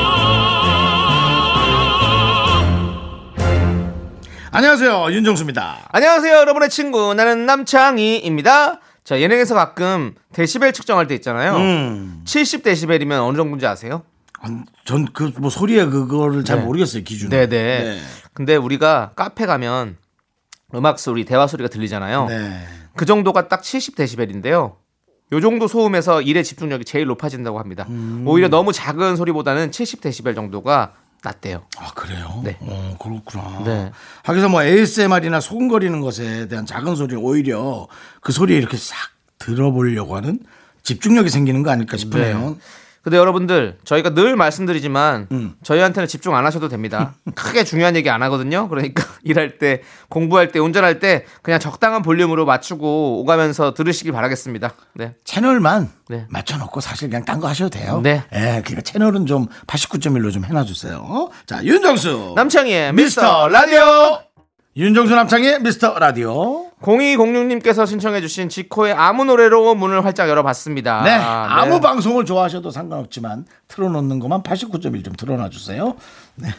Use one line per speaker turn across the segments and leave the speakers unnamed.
안녕하세요 윤정수입니다
안녕하세요, 여러분의 친구. 나는 남창희입니다. 자, 예능에서 가끔 데시벨 측정할 때 있잖아요.
음.
음. 70데시벨이면 어느 정도인지 아세요?
전 그 뭐 소리에 그거를 잘
네.
모르겠어요 기준
네네. 근데 우리가 카페 가면 음악 소리, 대화 소리가 들리잖아요.
네.
그 정도가 딱 70데시벨인데요. 요 정도 소음에서 일의 집중력이 제일 높아진다고 합니다. 오히려 너무 작은 소리보다는 70데시벨 정도가 낫대요.
아 그래요?
네.
어 그렇구나.
네.
하기서 뭐 ASMR이나 소근거리는 것에 대한 작은 소리 오히려 그 소리에 이렇게 싹 들어보려고 하는 집중력이 생기는 거 아닐까 싶네요.
근데 여러분들 저희가 늘 말씀드리지만 저희한테는 집중 안 하셔도 됩니다. 크게 중요한 얘기 안 하거든요. 그러니까 일할 때, 공부할 때, 운전할 때 그냥 적당한 볼륨으로 맞추고 오가면서 들으시길 바라겠습니다. 네.
채널만
네.
맞춰놓고 사실 그냥 딴 거 하셔도 돼요.
네.
예, 그러니까 채널은 좀 89.1로 좀 해놔주세요. 자, 윤정수.
남창희의 어. 미스터 라디오
윤정수 남창의 미스터 라디오.
0206님께서 신청해주신 지코의 아무 노래로 문을 활짝 열어봤습니다.
네.
아,
아,
네.
무 방송을 좋아하셔도 상관없지만 틀어놓는 것만 89.1 좀 틀어놔주세요. 네.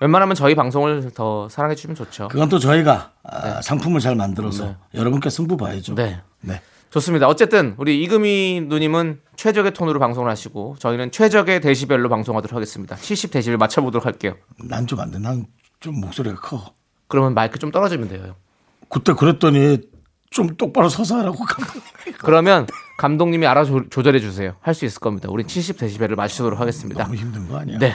웬만하면 저희 방송을 더 사랑해주시면 좋죠.
그건 또 저희가 아, 상품을 잘 만들어서
네.
여러분께 승부 봐야죠.
네.
네.
좋습니다. 어쨌든 우리 이금희 누님은 최적의 톤으로 방송을 하시고 저희는 최적의 데시벨로 방송하도록 하겠습니다. 70 데시벨 맞춰보도록 할게요.
난 좀 안 돼. 난 좀 목소리가 커.
그러면 마이크 좀 떨어지면 돼요.
그때 그랬더니 좀 똑바로 서서 하라고 감독님.
그러면 감독님이 알아서 조절해 주세요. 할 수 있을 겁니다. 우리 70 데시벨을 맞추도록 하겠습니다.
너무 힘든 거 아니야?
네.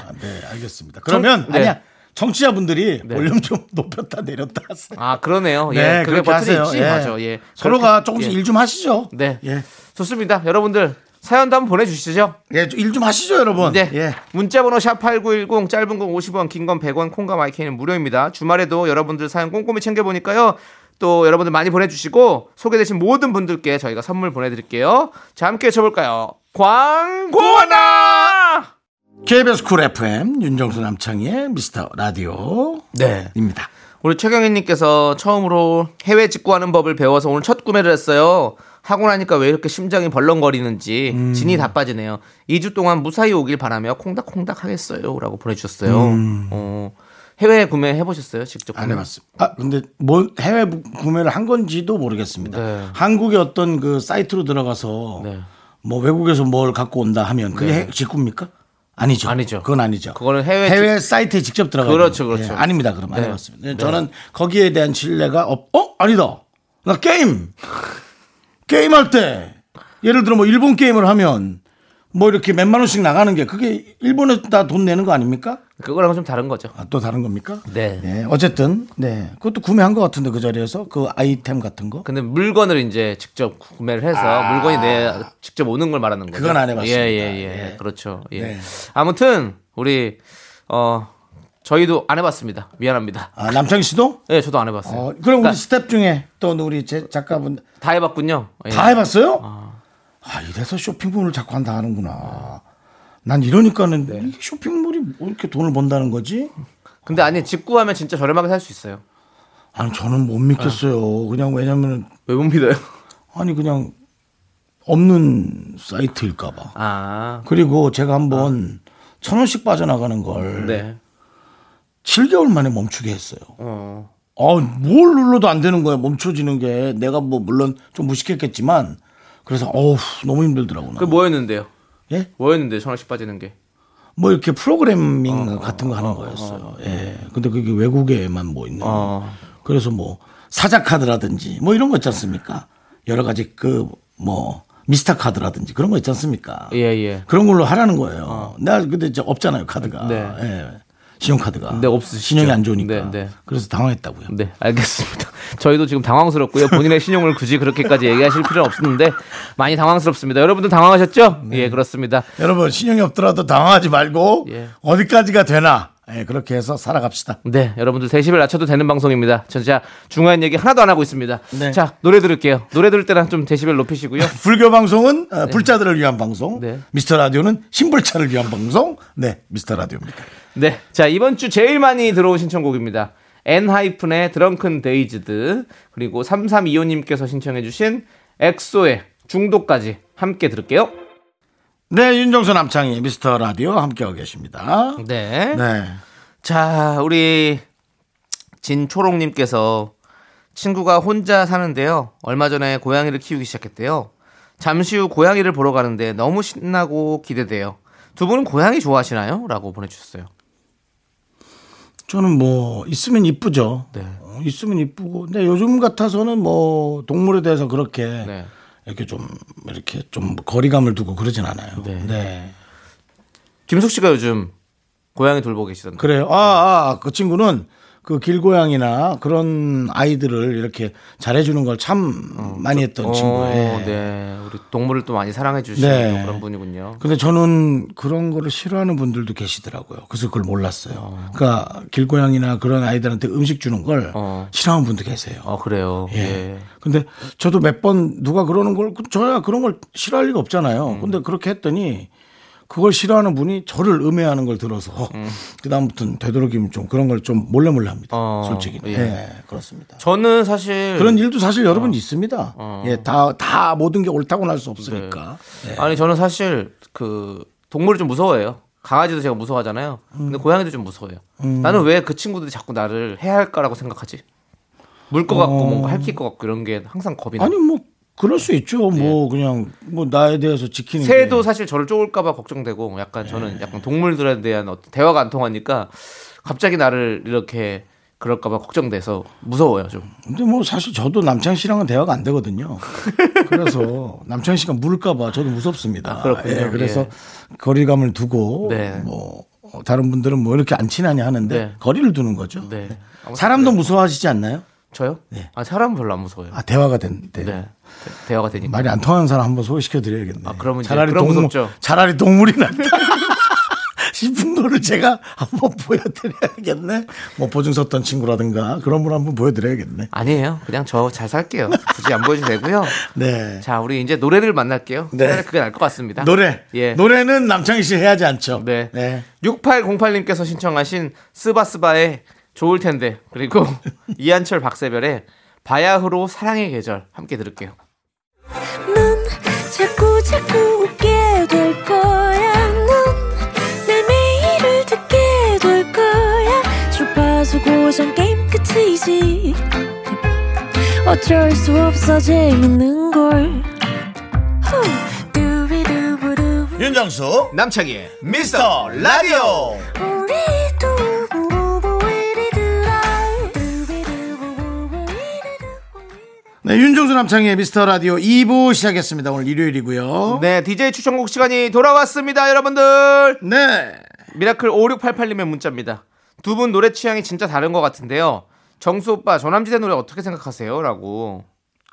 알겠습니다. 그러면
네.
아니야. 청취자분들이
네.
볼륨 좀 높였다 내렸다 하세요.
아 그러네요.
네,
예, 그게
그렇게
버튼이
하세요.
있지.
예.
맞아. 예.
서로가
그렇게-
조금씩
예.
일 좀 하시죠.
네.
예.
좋습니다. 여러분들 사연도 한번 보내주시죠.
예, 일 좀 하시죠, 여러분.
네.
예.
문자번호 샵8910 짧은 건 50원, 긴 건 100원, 콩과 마이크는 무료입니다. 주말에도 여러분들 사연 꼼꼼히 챙겨보니까요. 또 여러분들 많이 보내주시고 소개되신 모든 분들께 저희가 선물 보내드릴게요. 자, 함께 쳐볼까요? 광고나!
KBS 쿨 FM 윤정수 남창희의 미스터 라디오입니다.
네. 우리 최경희님께서 처음으로 해외 직구하는 법을 배워서 오늘 첫 구매를 했어요. 하고 나니까 왜 이렇게 심장이 벌렁거리는지
음.
진이 다 빠지네요. 2주 동안 무사히 오길 바라며 콩닥콩닥 하겠어요라고 보내주셨어요. 어, 해외 구매해 보셨어요? 직접
음. 안
구매?
해봤습니다. 아 근데 뭐 해외 부- 구매를 한 건지도 모르겠습니다.
네.
한국의 어떤 그 사이트로 들어가서
네.
뭐 외국에서 뭘 갖고 온다 하면 그게 해- 직구입니까? 아니죠.
아니죠.
그건 아니죠.
그거는 해외
사이트에 직접 들어가.
그렇죠, 그렇죠.
아닙니다. 그럼 안
네.
해봤습니다. 저는 거기에 대한 신뢰가 없. 어 아니다. 나 게임 게임 할 때 예를 들어 뭐 일본 게임을 하면 뭐 이렇게 몇만 원씩 나가는 게 그게 일본에 다 돈 내는 거 아닙니까?
그거랑은 좀 다른 거죠.
아, 또 다른 겁니까? 예,
네.
어쨌든 네 그것도 구매한 것 같은데 그 자리에서 그 아이템 같은 거
근데 물건을 이제 직접 구매를 해서 물건이 내 직접 오는 걸 말하는 거죠.
아. 그건 안 해봤습니다.
예예예.
예.
그렇죠. 예.
네.
아무튼 우리 어 저희도 안 해봤습니다. 미안합니다.
아, 남창희 씨도?
예, 저도 안 해봤어요.
어, 그럼
그러니까
우리 스탭 중에 또 우리 제 작가분
다 해봤군요. 예.
다 해봤어요? 아 이래서 쇼핑몰을 자꾸 한다 하는구나. 난 이러니까는
네.
이게 쇼핑몰이 뭐 이렇게 돈을 번다는 거지?
근데 아니 직구하면 진짜 저렴하게 살 수 있어요.
아니 저는 못 믿겠어요.
아.
그냥 왜냐면
왜 못 믿어요?
아니 그냥 없는 사이트일까봐.
아,
그리고 제가 한번 천 원씩 빠져나가는 걸
네.
7개월 만에 멈추게 했어요.
어,
아, 뭘 눌러도 안 되는 거야. 멈춰지는 게. 내가 뭐, 물론 좀 무식했겠지만. 그래서, 어우, 너무 힘들더라고.
그
나.
뭐였는데요?
예?
뭐였는데 천 원씩 빠지는 게?
뭐, 이렇게 프로그래밍
어,
같은 거 하는 거였어요. 예. 근데 그게 외국에만 뭐 있는.
어.
그래서 뭐, 사자카드라든지 뭐 이런 거 있지 않습니까? 여러 가지 그, 뭐, 미스터카드라든지 그런 거 있지 않습니까?
예, 예.
그런 걸로 하라는 거예요. 나 근데 이제 없잖아요, 카드가.
네.
예. 신용카드가.
네, 없으시죠.
신용이 안 좋으니까.
네, 네.
그래서 당황했다고요.
네, 알겠습니다. 저희도 지금 당황스럽고요. 본인의 신용을 굳이 그렇게까지 얘기하실 필요는 없는데 많이 당황스럽습니다. 여러분들 당황하셨죠? 예, 그렇습니다.
여러분 신용이 없더라도 당황하지 말고
예.
어디까지가 되나 예, 그렇게 해서 살아갑시다.
네, 여러분들 대시벨 낮춰도 되는 방송입니다. 저 진짜 중요한 얘기 하나도 안 하고 있습니다.
네.
자, 노래 들을게요. 노래 들을 때랑 좀 대시벨 높이시고요.
불교 방송은 어, 불자들을 위한 방송,
네.
미스터 라디오는 신불자를 위한 방송, 네 미스터 라디오입니다.
네. 자, 이번 주 제일 많이 들어온 신청곡입니다. 엔하이픈의 드렁큰 데이즈드 그리고 3325님께서 신청해 주신 엑소의 중독까지 함께 들을게요.
네, 윤정수 남창희 미스터 라디오 함께하고 계십니다.
네.
네,
자, 우리 진초롱님께서 친구가 혼자 사는데요. 얼마 전에 고양이를 키우기 시작했대요. 잠시 후 고양이를 보러 가는데 너무 신나고 기대돼요. 두 분은 고양이 좋아하시나요? 라고 보내주셨어요.
저는 뭐 있으면 이쁘죠.
네.
어, 있으면 이쁘고, 근데 요즘 같아서는 뭐 동물에 대해서 그렇게
네.
이렇게 좀 이렇게 좀 거리감을 두고 그러진 않아요. 네,
김숙 씨가 요즘 고양이 돌보고 계시던데.
그래요. 아, 아, 그 친구는 그 길고양이나 그런 아이들을 이렇게 잘해주는 걸 참 많이 했던 친구예요.
어, 네. 우리 동물을 또 많이 사랑해 주시는
네.
그런 분이군요.
근데 저는 그런 거를 싫어하는 분들도 계시더라고요. 그래서 그걸 몰랐어요. 그러니까 길고양이나 그런 아이들한테 음식 주는 걸
어.
싫어하는 분도 계세요.
아, 그래요.
예.
예.
근데 저도 몇 번 누가 그러는 걸 저야 그런 걸 싫어할 리가 없잖아요.
음.
근데 그렇게 했더니 그걸 싫어하는 분이 저를 음해하는 걸 들어서 그다음부터는 되도록이면 좀 그런 걸 좀 몰래 몰래 합니다.
어,
솔직히.
예.
예. 그렇습니다.
저는 사실
그런 일도 사실 여러
어.
분 있습니다. 예, 다, 다 모든 게 옳다고는
네.
할 수 없으니까. 예.
아니 저는 사실 그 동물을 좀 무서워해요. 강아지도 제가 무서워하잖아요.
음.
근데 고양이도 좀 무서워요. 나는 왜 그 친구들이 자꾸 나를 해야 할까라고 생각하지? 물 것 같고 뭔가 할킬 것 같고 이런 게 항상 겁이 나.
어. 아니, 뭐, 그럴 수 있죠. 뭐, 그냥, 뭐, 나에 대해서 지키는. 게.
예. 새도 사실 저를 쪼을까봐 걱정되고
예.
약간 저는 약간 동물들에 대한 어떤 대화가 안 통하니까 갑자기 나를 이렇게 그럴까봐 걱정돼서 무서워요 좀.
근데 뭐, 사실 저도 남창 씨랑은 대화가 안 되거든요. 그래서 남창 씨가 물까봐 저도 무섭습니다.
아, 그렇군요.
예, 그래서 거리감을 두고,
네.
뭐, 어, 다른 분들은 뭐 이렇게 안 친하냐 하는데
네.
거리를 두는 거죠. 예.
네. 아무튼
사람도 무서워하시지 않나요?
저요?
네.
아 사람 별로 안 무서워요.
아, 대화가 된대.
네. 대- 대화가 되니까.
말이 안 통하는 사람 한번 소개시켜 드려야겠네.
아, 그러면 이제
차라리
그럼
동물
무섭죠.
차라리 동물이 낫다. 싶은 거를 제가 한번 보여드려야겠네. 뭐 보증 섰던 친구라든가 그런 분 한번 보여드려야겠네.
아니에요. 그냥 저 잘 살게요. 굳이 안 보여도 되고요.
네.
자, 우리 이제 노래를 만날게요.
네.
차라리 그게 나을 것 같습니다.
노래.
예.
노래는 남창희 씨 해야지 않죠.
네. 6808님께서 신청하신 스바스바의 좋을 텐데 그리고 이한철 박세별의 바야흐로 사랑의 계절 함께 들을게요.
넌 자꾸 자꾸 웃게 될 거야. 넌내 매일을 듣게 될 거야. 주파수 고정 게임 끝이지. 어쩔 수 없어 재밌는 걸. 후. 두비두부두.
윤정수
남창희의
미스터 라디오.
우리 두부부부 우리들아. 두비두부부부 우리들아.
네, 윤정수 남창희의 미스터 라디오 2부 시작했습니다. 오늘 일요일이고요.
네, DJ 추천곡 시간이 돌아왔습니다, 여러분들.
네.
미라클 5688님의 문자입니다. 두 분 노래 취향이 진짜 다른 것 같은데요. 정수 오빠, 저남지대 노래 어떻게 생각하세요? 라고.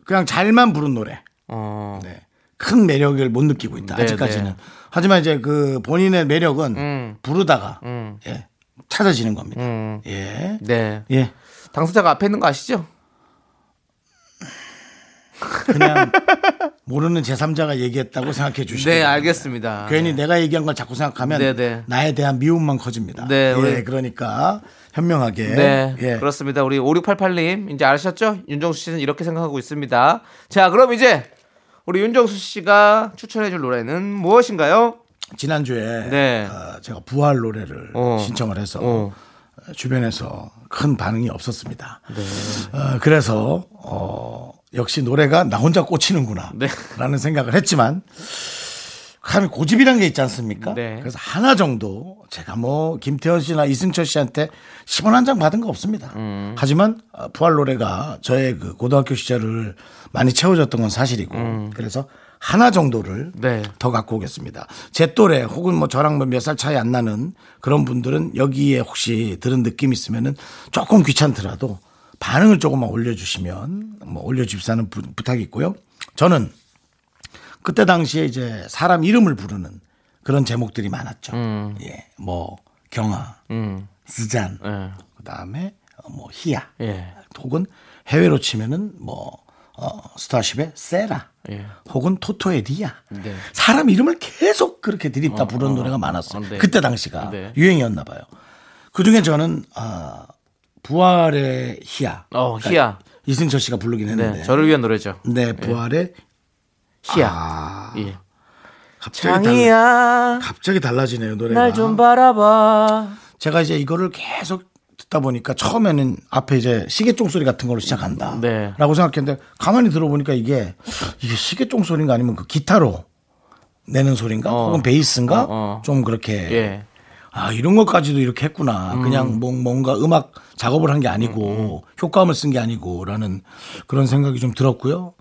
그냥 잘만 부른 노래.
어,
네. 큰 매력을 못 느끼고 있다.
네,
아직까지는.
네.
하지만 이제 그 본인의 매력은
음.
부르다가
음.
예, 찾아지는 겁니다.
음,
예.
네.
예.
당사자가 앞에 있는 거 아시죠?
그냥 모르는 제3자가 얘기했다고 생각해 주시고.
네, 알겠습니다.
괜히 내가 얘기한 걸 자꾸 생각하면
네, 네.
나에 대한 미움만 커집니다.
네,
예,
우리-
그러니까 현명하게.
네,
예.
그렇습니다. 우리 5688님, 이제 아셨죠? 윤정수 씨는 이렇게 생각하고 있습니다. 자, 그럼 이제 우리 윤정수 씨가 추천해줄 노래는 무엇인가요?
지난주에
네.
어, 제가 부활 노래를
어.
신청을 해서
어.
주변에서 큰 반응이 없었습니다.
네.
어, 그래서 어, 역시 노래가 나 혼자 꽂히는구나
네.
라는 생각을 했지만 감히 고집이란 게 있지 않습니까?
네.
그래서 하나 정도 제가 뭐 김태현 씨나 이승철 씨한테 10원 한 장 받은 거 없습니다.
음.
하지만 어, 부활 노래가 저의 그 고등학교 시절을 많이 채워줬던 건 사실이고 그래서 하나 정도를
음. 네.
더 갖고 오겠습니다. 제 또래 혹은 뭐 저랑 몇 살 차이 안 나는 그런 분들은 여기에 혹시 들은 느낌 있으면은 조금 귀찮더라도 반응을 조금만 올려주시면 뭐 올려주십사는 부- 부탁이 있고요. 저는 그때 당시에 이제 사람 이름을 부르는 그런 제목들이 많았죠. 예, 뭐 경아, 스잔.
음. 예.
그다음에 어, 뭐 히야.
예.
혹은 해외로 치면은 뭐 어, 스타쉽의 세라.
예.
혹은 토토의 리아.
네.
사람 이름을 계속 그렇게 드립다 부르는 노래가 많았어요.
어, 네.
그때 당시가
네.
유행이었나 봐요. 그중에 저는 아 부활의 히야.
어,
그러니까
히야.
이승철 씨가 부르긴
네,
했는데. 네,
저를 위한 노래죠.
부활의
희야.
아,
예.
갑자기 달라,
장이야,
갑자기 달라지네요, 노래가.
날 좀 바라봐.
제가 이제 이거를 계속 듣다 보니까 처음에는 앞에 이제 시계종 소리 같은 걸로 시작한다.
네.
라고 생각했는데 가만히 들어보니까 이게 이게 시계종 소리인가 아니면 그 기타로 내는 소리인가
어.
혹은 베이스인가
어, 어.
좀 그렇게
예.
아 이런 것까지도 이렇게 했구나 그냥
음.
뭐- 뭔가 음악 작업을 한 게 아니고 효과음을 쓴 게 아니고라는 그런 생각이 좀 들었고요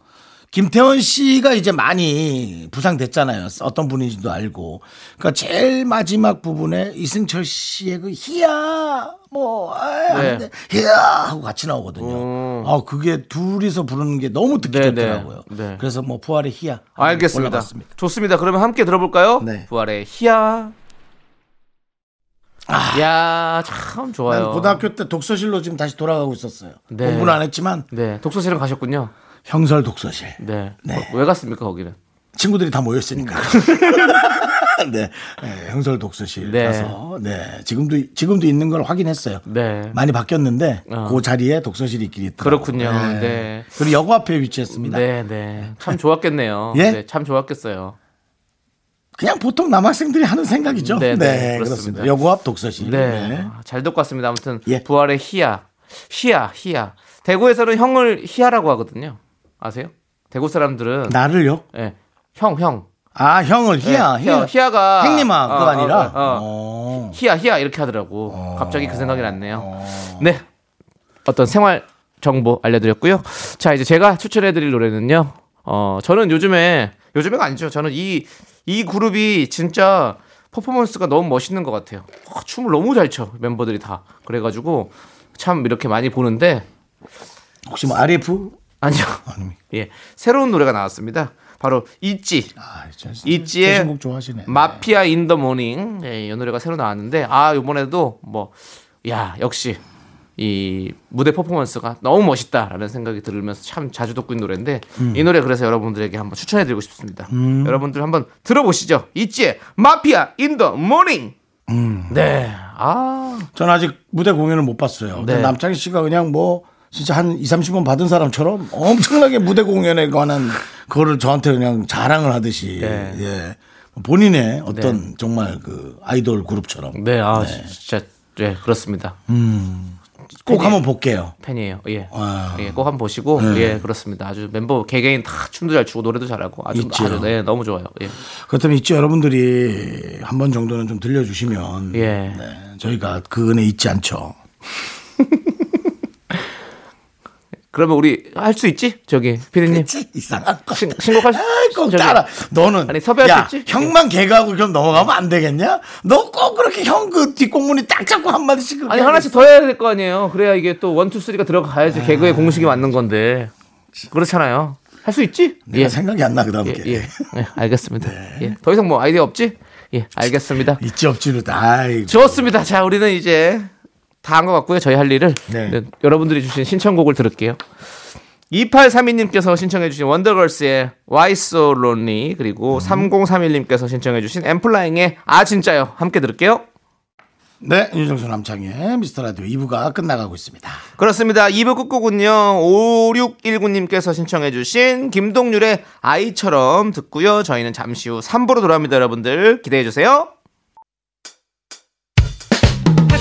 김태원 씨가 이제 많이 부상됐잖아요 어떤 분인지도 알고 그러니까 제일 마지막 부분에 이승철 씨의 그 히야 뭐 아,
네.
하는데 히야 하고 같이 나오거든요
음.
아 그게 둘이서 부르는 게 너무 듣기
네,
좋더라고요
네, 네.
그래서 뭐 부활의 히야
알겠습니다.
올라갔습니다.
좋습니다. 그러면 함께 들어볼까요?
네.
부활의 희야. 야, 참 좋아요.
아. 난 고등학교 때 독서실로 지금 다시 돌아가고 있었어요.
네.
공부는 안 했지만
네, 독서실은 가셨군요.
형설 독서실.
네.
네.
어, 왜 갔습니까, 거기는?
친구들이 다 모였으니까. 네. 네, 형설 독서실
음. 네.
가서 네 지금도 지금도 있는 걸 확인했어요.
네.
많이 바뀌었는데
어.
그 자리에 독서실이 있긴 있더라고요.
그렇군요. 네.
그리고 여고 앞에 위치했습니다.
네, 네. 참 좋았겠네요.
예?
네, 참 좋았겠어요.
그냥 보통 남학생들이 하는 생각이죠. 네,
네, 네,
그렇습니다.
그렇습니다.
여고 앞 독서실.
네.
네.
아, 잘 듣고 왔습니다. 아무튼
예.
부활의 희야. 희야, 희야. 대구에서는 형을 희야라고 하거든요. 아세요? 대구 사람들은
나를요?
예. 형, 형.
아 형을 희야,
예,
희야,
희야가
형님아
어, 어,
그거 아니라.
어, 어.
어.
희야 희야 이렇게 하더라고. 갑자기 그 생각이 났네요. 네. 어떤 생활 정보 알려드렸고요. 자 이제 제가 추천해드릴 노래는요. 어 저는 요즘에 요즘에가 아니죠. 저는 이 이 그룹이 진짜 퍼포먼스가 너무 멋있는 것 같아요. 어, 춤을 너무 잘 춰 멤버들이 다 그래가지고 참 이렇게 많이 보는데
혹시 뭐 RF?
아니요.
아닙니까?
예 새로운 노래가 나왔습니다. 바로 있지.
아, 진짜
있지의
대신곡 좋아하시네.
마피아 인 더 모닝 예, 이 노래가 새로 나왔는데 아 이번에도 뭐 야 역시 이 무대 퍼포먼스가 너무 멋있다라는 생각이 들으면서 참 자주 듣고 있는 노래인데 이 노래 그래서 여러분들에게 한번 추천해드리고 싶습니다. 여러분들 한번 들어보시죠. 있지의 마피아 인 더 모닝. 네. 아
전 아직 무대 공연을 못 봤어요. 근데
네.
남창희 씨가 그냥 뭐 진짜 한 2, 30분 받은 사람처럼 엄청나게 무대 공연에 관한 그거를 저한테 그냥 자랑을 하듯이
네.
예. 본인의 어떤 정말 그 아이돌 그룹처럼
네. 아 진짜 네 그렇습니다.
꼭 한번 볼게요.
팬이에요. 예.
아.
예, 꼭 한번 보시고 예 그렇습니다. 아주 멤버 개개인 다 춤도 잘 추고 노래도 잘하고 아주
있지요.
아주 네 너무 좋아요. 예.
그렇다면 있지 여러분들이 한 번 정도는 좀 들려주시면
예.
네, 저희가 그 은혜 잊지 않죠.
그러면 우리 할 수 있지? 저기 피디님
이상한 거.
신, 신곡할 수
아이, 꼭
네. 저기,
따라. 너는
아니, 섭외할
야,
수 있지?
형만 개그하고 그럼 넘어가면 안 되겠냐? 너 꼭 그렇게 형 그 뒷공문이 딱 잡고 한 마디씩 그렇게
아니 하나씩 더 해야 될 거 아니에요. 그래야 이게 또 원투 쓰리가 들어가야지
아.
개그의 공식이 맞는 건데 그렇잖아요. 할 수 있지?
내가 네. 생각이 안 나 그다음에.
예, 예, 예, 알겠습니다. 예, 더 이상 뭐 아이디어 없지? 예, 알겠습니다.
있지 없지로 다. 아이고.
좋습니다. 자, 우리는 이제 다 한 것 같고요. 저희 할 일을
네.
네, 여러분들이 주신 신청곡을 들을게요. 2832님께서 신청해주신 원더걸스의 Why So Lonely 그리고 3031님께서 신청해주신 엠플라잉의 아 진짜요 함께 들을게요.
네, 윤정수 남창의 미스터 라디오 2부가 끝나가고 있습니다.
그렇습니다. 2부 끝곡은요. 5619님께서 신청해주신 김동률의 아이처럼 듣고요. 저희는 잠시 후 3부로 돌아옵니다. 여러분들 기대해주세요.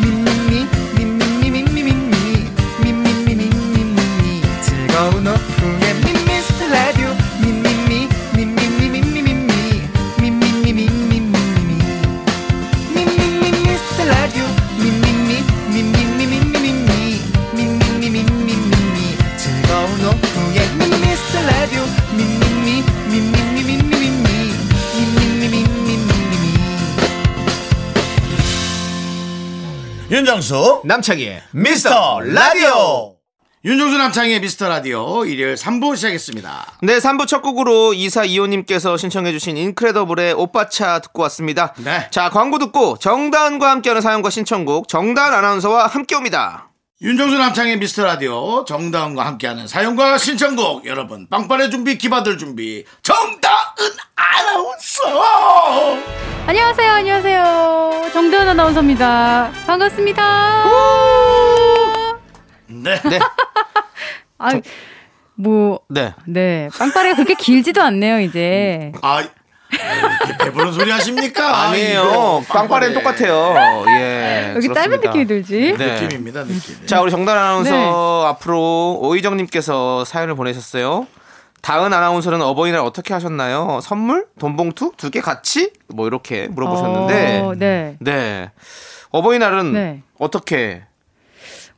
미미미 미미미 미미미 미미미 미미미 즐거운 오후에 미스터 라디오 미미미 미미미 미미미 미미미 미미미
윤정수
남창희의
미스터 라디오. 윤종수 남창의 미스터 라디오 일요일 3부 시작했습니다.
네, 3부 첫 곡으로 2425님께서 신청해주신 인크레더블의 오빠차 듣고 왔습니다.
네.
자, 광고 듣고 정다은과 함께하는 사연과 신청곡 정다은 아나운서와 함께 옵니다.
윤종수 남창의 미스터 라디오 정다은과 함께하는 사연과 신청곡 여러분 빵빠레 준비 기바들 준비 정다은 아나운서
안녕하세요, 안녕하세요. 정다은 아나운서입니다. 반갑습니다.
네
네,
아, 뭐,
네.
네. 빵빠레가 그렇게 길지도 않네요, 이제.
음,
아, 이렇게 배부른 소리 하십니까?
아니에요.
이거
빵빠레는 똑같아요. 예.
여기 짧은
그렇습니다.
느낌이 들지?
네.
느낌입니다, 느낌.
자, 우리 정단 아나운서
네.
앞으로 오희정님께서 사연을 보내셨어요. 다은 아나운서는 어버이날 어떻게 하셨나요? 선물? 돈봉투? 두 개 같이? 뭐 이렇게 물어보셨는데.
어, 네.
네. 어버이날은
네.
어떻게?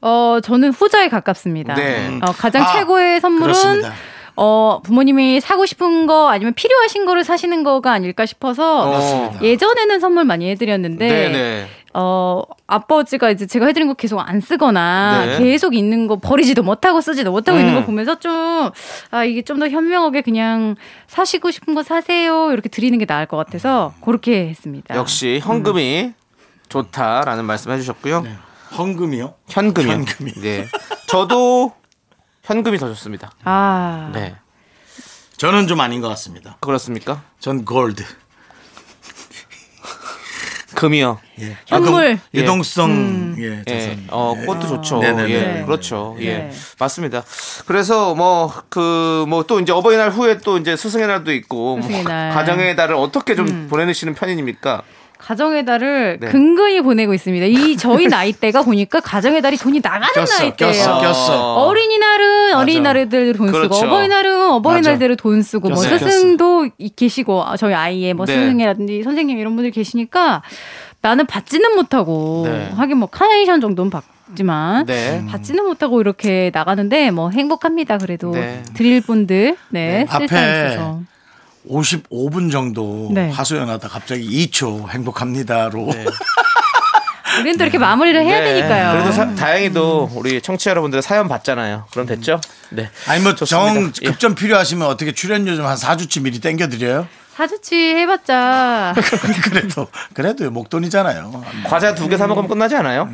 어, 저는 후자에 가깝습니다.
네.
어, 가장
아,
최고의 선물은
그렇습니다.
어, 부모님이 사고 싶은 거 아니면 필요하신 거를 사시는 거가 아닐까 싶어서
어.
예전에는 선물 많이 해드렸는데
네네.
어, 아버지가 이제 제가 해드린 거 계속 안 쓰거나
네.
계속 있는 거 버리지도 못하고 쓰지도 못하고 있는
음.
거 보면서 좀, 아, 이게 좀 더 현명하게 그냥 사시고 싶은 거 사세요. 이렇게 드리는 게 나을 것 같아서 그렇게 했습니다.
역시 현금이 좋다라는 말씀 해주셨고요.
헌금이요?
현금이요.
네. 현금이.
네. 저도 현금이 더 좋습니다.
아,
네.
저는 좀 아닌 것 같습니다.
그렇습니까?
전 골드.
금이요.
예.
현물.
아, 그 유동성
음.
예,
예.
자산.
어, 그것도 좋죠.
네네네.
예.
네.
그렇죠. 예.
네.
맞습니다. 그래서 뭐 그 뭐 또 이제 어버이날 후에 또 이제 스승의 날도 있고 뭐
스승의 날. 음.
가정의 날을 어떻게 좀 보내시는 편입니까?
가정의 달을
네.
근근히 보내고 있습니다. 이 저희 나이대가 보니까 가정의 달이 돈이 나가는
그렇죠.
꼈어,
나이대예요.
꼈어, 꼈어.
어린이날은 어린이날대로 돈
그렇죠.
쓰고 어버이날은 어버이날대로 돈 쓰고 뭐
꼈어요.
스승도 이- 계시고 아, 저희 아이의 뭐
네.
스승이라든지 선생님 이런 분들 계시니까 나는 받지는 못하고
네.
하긴 뭐 카네이션 정도는 받지만
네.
받지는 못하고 이렇게 나가는데 뭐 행복합니다 그래도
네.
드릴 분들 네,
네.
쓸 수
앞에
있어서
55분 정도
네.
하소연하다 갑자기 2초 행복합니다로
우리는 또 이렇게 마무리를 해야
네.
되니까요.
그래도 사- 다행히도 우리 청취자 여러분들의 사연 봤잖아요. 그럼 됐죠? 네.
아니 뭐 정
좋습니다. 예.
급전 필요하시면 어떻게 출연료 좀 한 4주치 미리 땡겨 드려요?
사주치 해봤자
그래도 그래도 목돈이잖아요.
과자 두 개 사 먹으면 끝나지 않아요?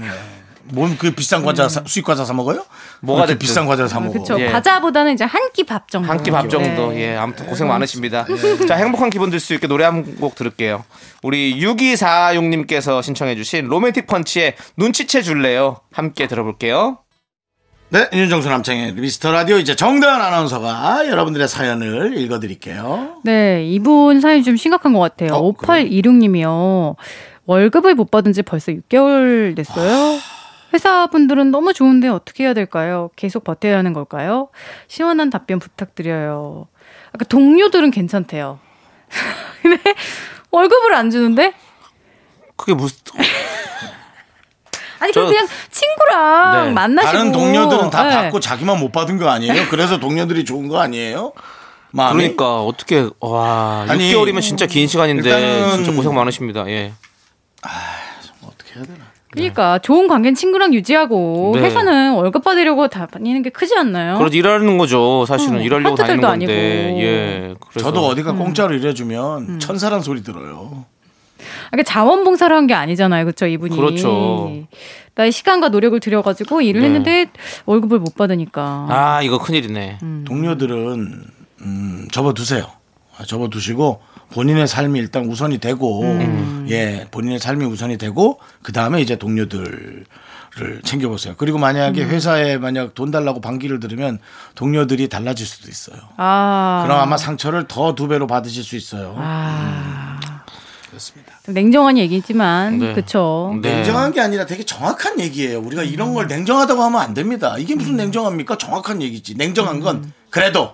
뭔 그 비싼 과자 사- 수입 과자 사 먹어요?
뭐가
그렇게
됐든.
비싼 과자를 사 먹어.
그렇죠.
예.
과자보다는 이제 한 끼 밥 정도.
한 끼 밥 정도.
네.
예, 아무튼 고생 많으십니다. 자, 행복한 기분 들 수 있게 노래 한 곡 들을게요. 우리 6246님께서 신청해주신 로맨틱 펀치의 눈치채 줄래요? 함께 들어볼게요.
네, 윤정수 남창의 미스터 라디오 이제 정다은 아나운서가 여러분들의 사연을 읽어 드릴게요.
네, 이분 사연이 좀 심각한 것 같아요.
어,
5826님이요. 월급을 못 받은 지 벌써 6개월 됐어요. 회사분들은 너무 좋은데 어떻게 해야 될까요? 계속 버텨야 하는 걸까요? 시원한 답변 부탁드려요. 아까 동료들은 괜찮대요. 근데 월급을 안 주는데?
그게 무슨
아니
저-
그냥 친구랑
네,
만나시고
다른 동료들은 다
네.
받고 자기만 못 받은 거 아니에요? 그래서 동료들이 좋은 거 아니에요? 마음이?
그러니까 어떻게 와
아니,
6개월이면 진짜 긴 시간인데
일단은-
진짜 고생 많으십니다. 예.
어떻게 해야 되나?
그러니까 좋은 관계는 친구랑 유지하고
네.
회사는 월급 받으려고 다니는 게 크지 않나요?
그래도 일하는 거죠. 사실은
어? 음,
일하려고 다니는
파트들도
건데.
아니고.
예. 그래서
저도 어디가 공짜로 일해주면 천사란 소리 들어요.
이게 아, 그러니까 자원봉사를 한 게 아니잖아요, 그렇죠, 이분이.
그렇죠.
나의 시간과 노력을 들여가지고 일을
네.
했는데 월급을 못 받으니까.
아, 이거
음.
큰일이네.
동료들은 음, 접어두세요. 아, 접어두시고 본인의 삶이 일단 우선이 되고 예 본인의 삶이 우선이 되고 그 다음에 이제 동료들을 챙겨보세요. 그리고 만약에 회사에 만약 돈 달라고 반기를 들으면 동료들이 달라질 수도 있어요.
아.
그럼 아마 상처를 더 두 배로 받으실 수 있어요.
아.
음, 그렇습니다. 음.
냉정한 얘기지만
네.
그렇죠.
네. 음.
냉정한 게 아니라 되게 정확한 얘기예요. 우리가 이런 걸 냉정하다고 하면 안 됩니다. 이게 무슨 냉정합니까? 정확한 얘기지. 냉정한
음.
건 그래도